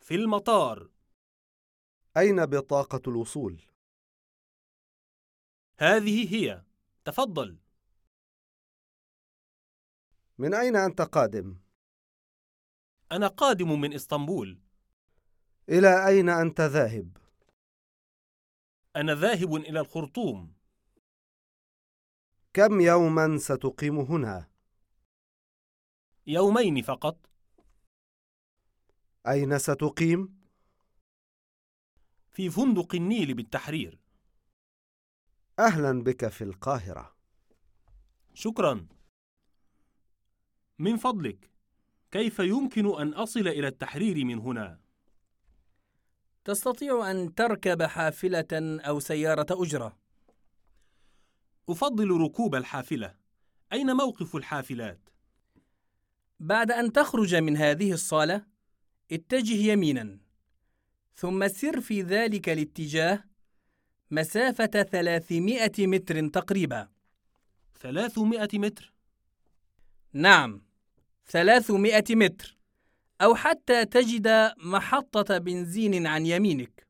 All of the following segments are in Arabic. في المطار أين بطاقة الوصول؟ هذه هي تفضل من أين أنت قادم؟ أنا قادم من إسطنبول إلى أين أنت ذاهب؟ أنا ذاهب إلى الخرطوم كم يوماً ستقيم هنا؟ يومين فقط أين ستقيم؟ في فندق النيل بالتحرير أهلاً بك في القاهرة شكرا من فضلك كيف يمكن أن أصل إلى التحرير من هنا؟ تستطيع أن تركب حافلة أو سيارة أجرة أفضل ركوب الحافلة أين موقف الحافلات؟ بعد أن تخرج من هذه الصالة اتجه يمينا ثم سر في ذلك الاتجاه مسافة 300 متر تقريبا 300 متر نعم 300 متر أو حتى تجد محطة بنزين عن يمينك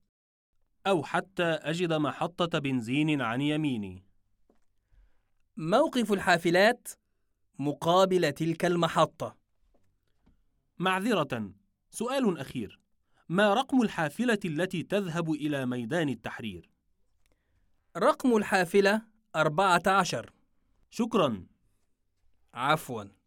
أو حتى أجد محطة بنزين عن يميني موقف الحافلات مقابل تلك المحطة معذرة سؤال أخير ما رقم الحافلة التي تذهب إلى ميدان التحرير؟ رقم الحافلة 14 شكراً عفواً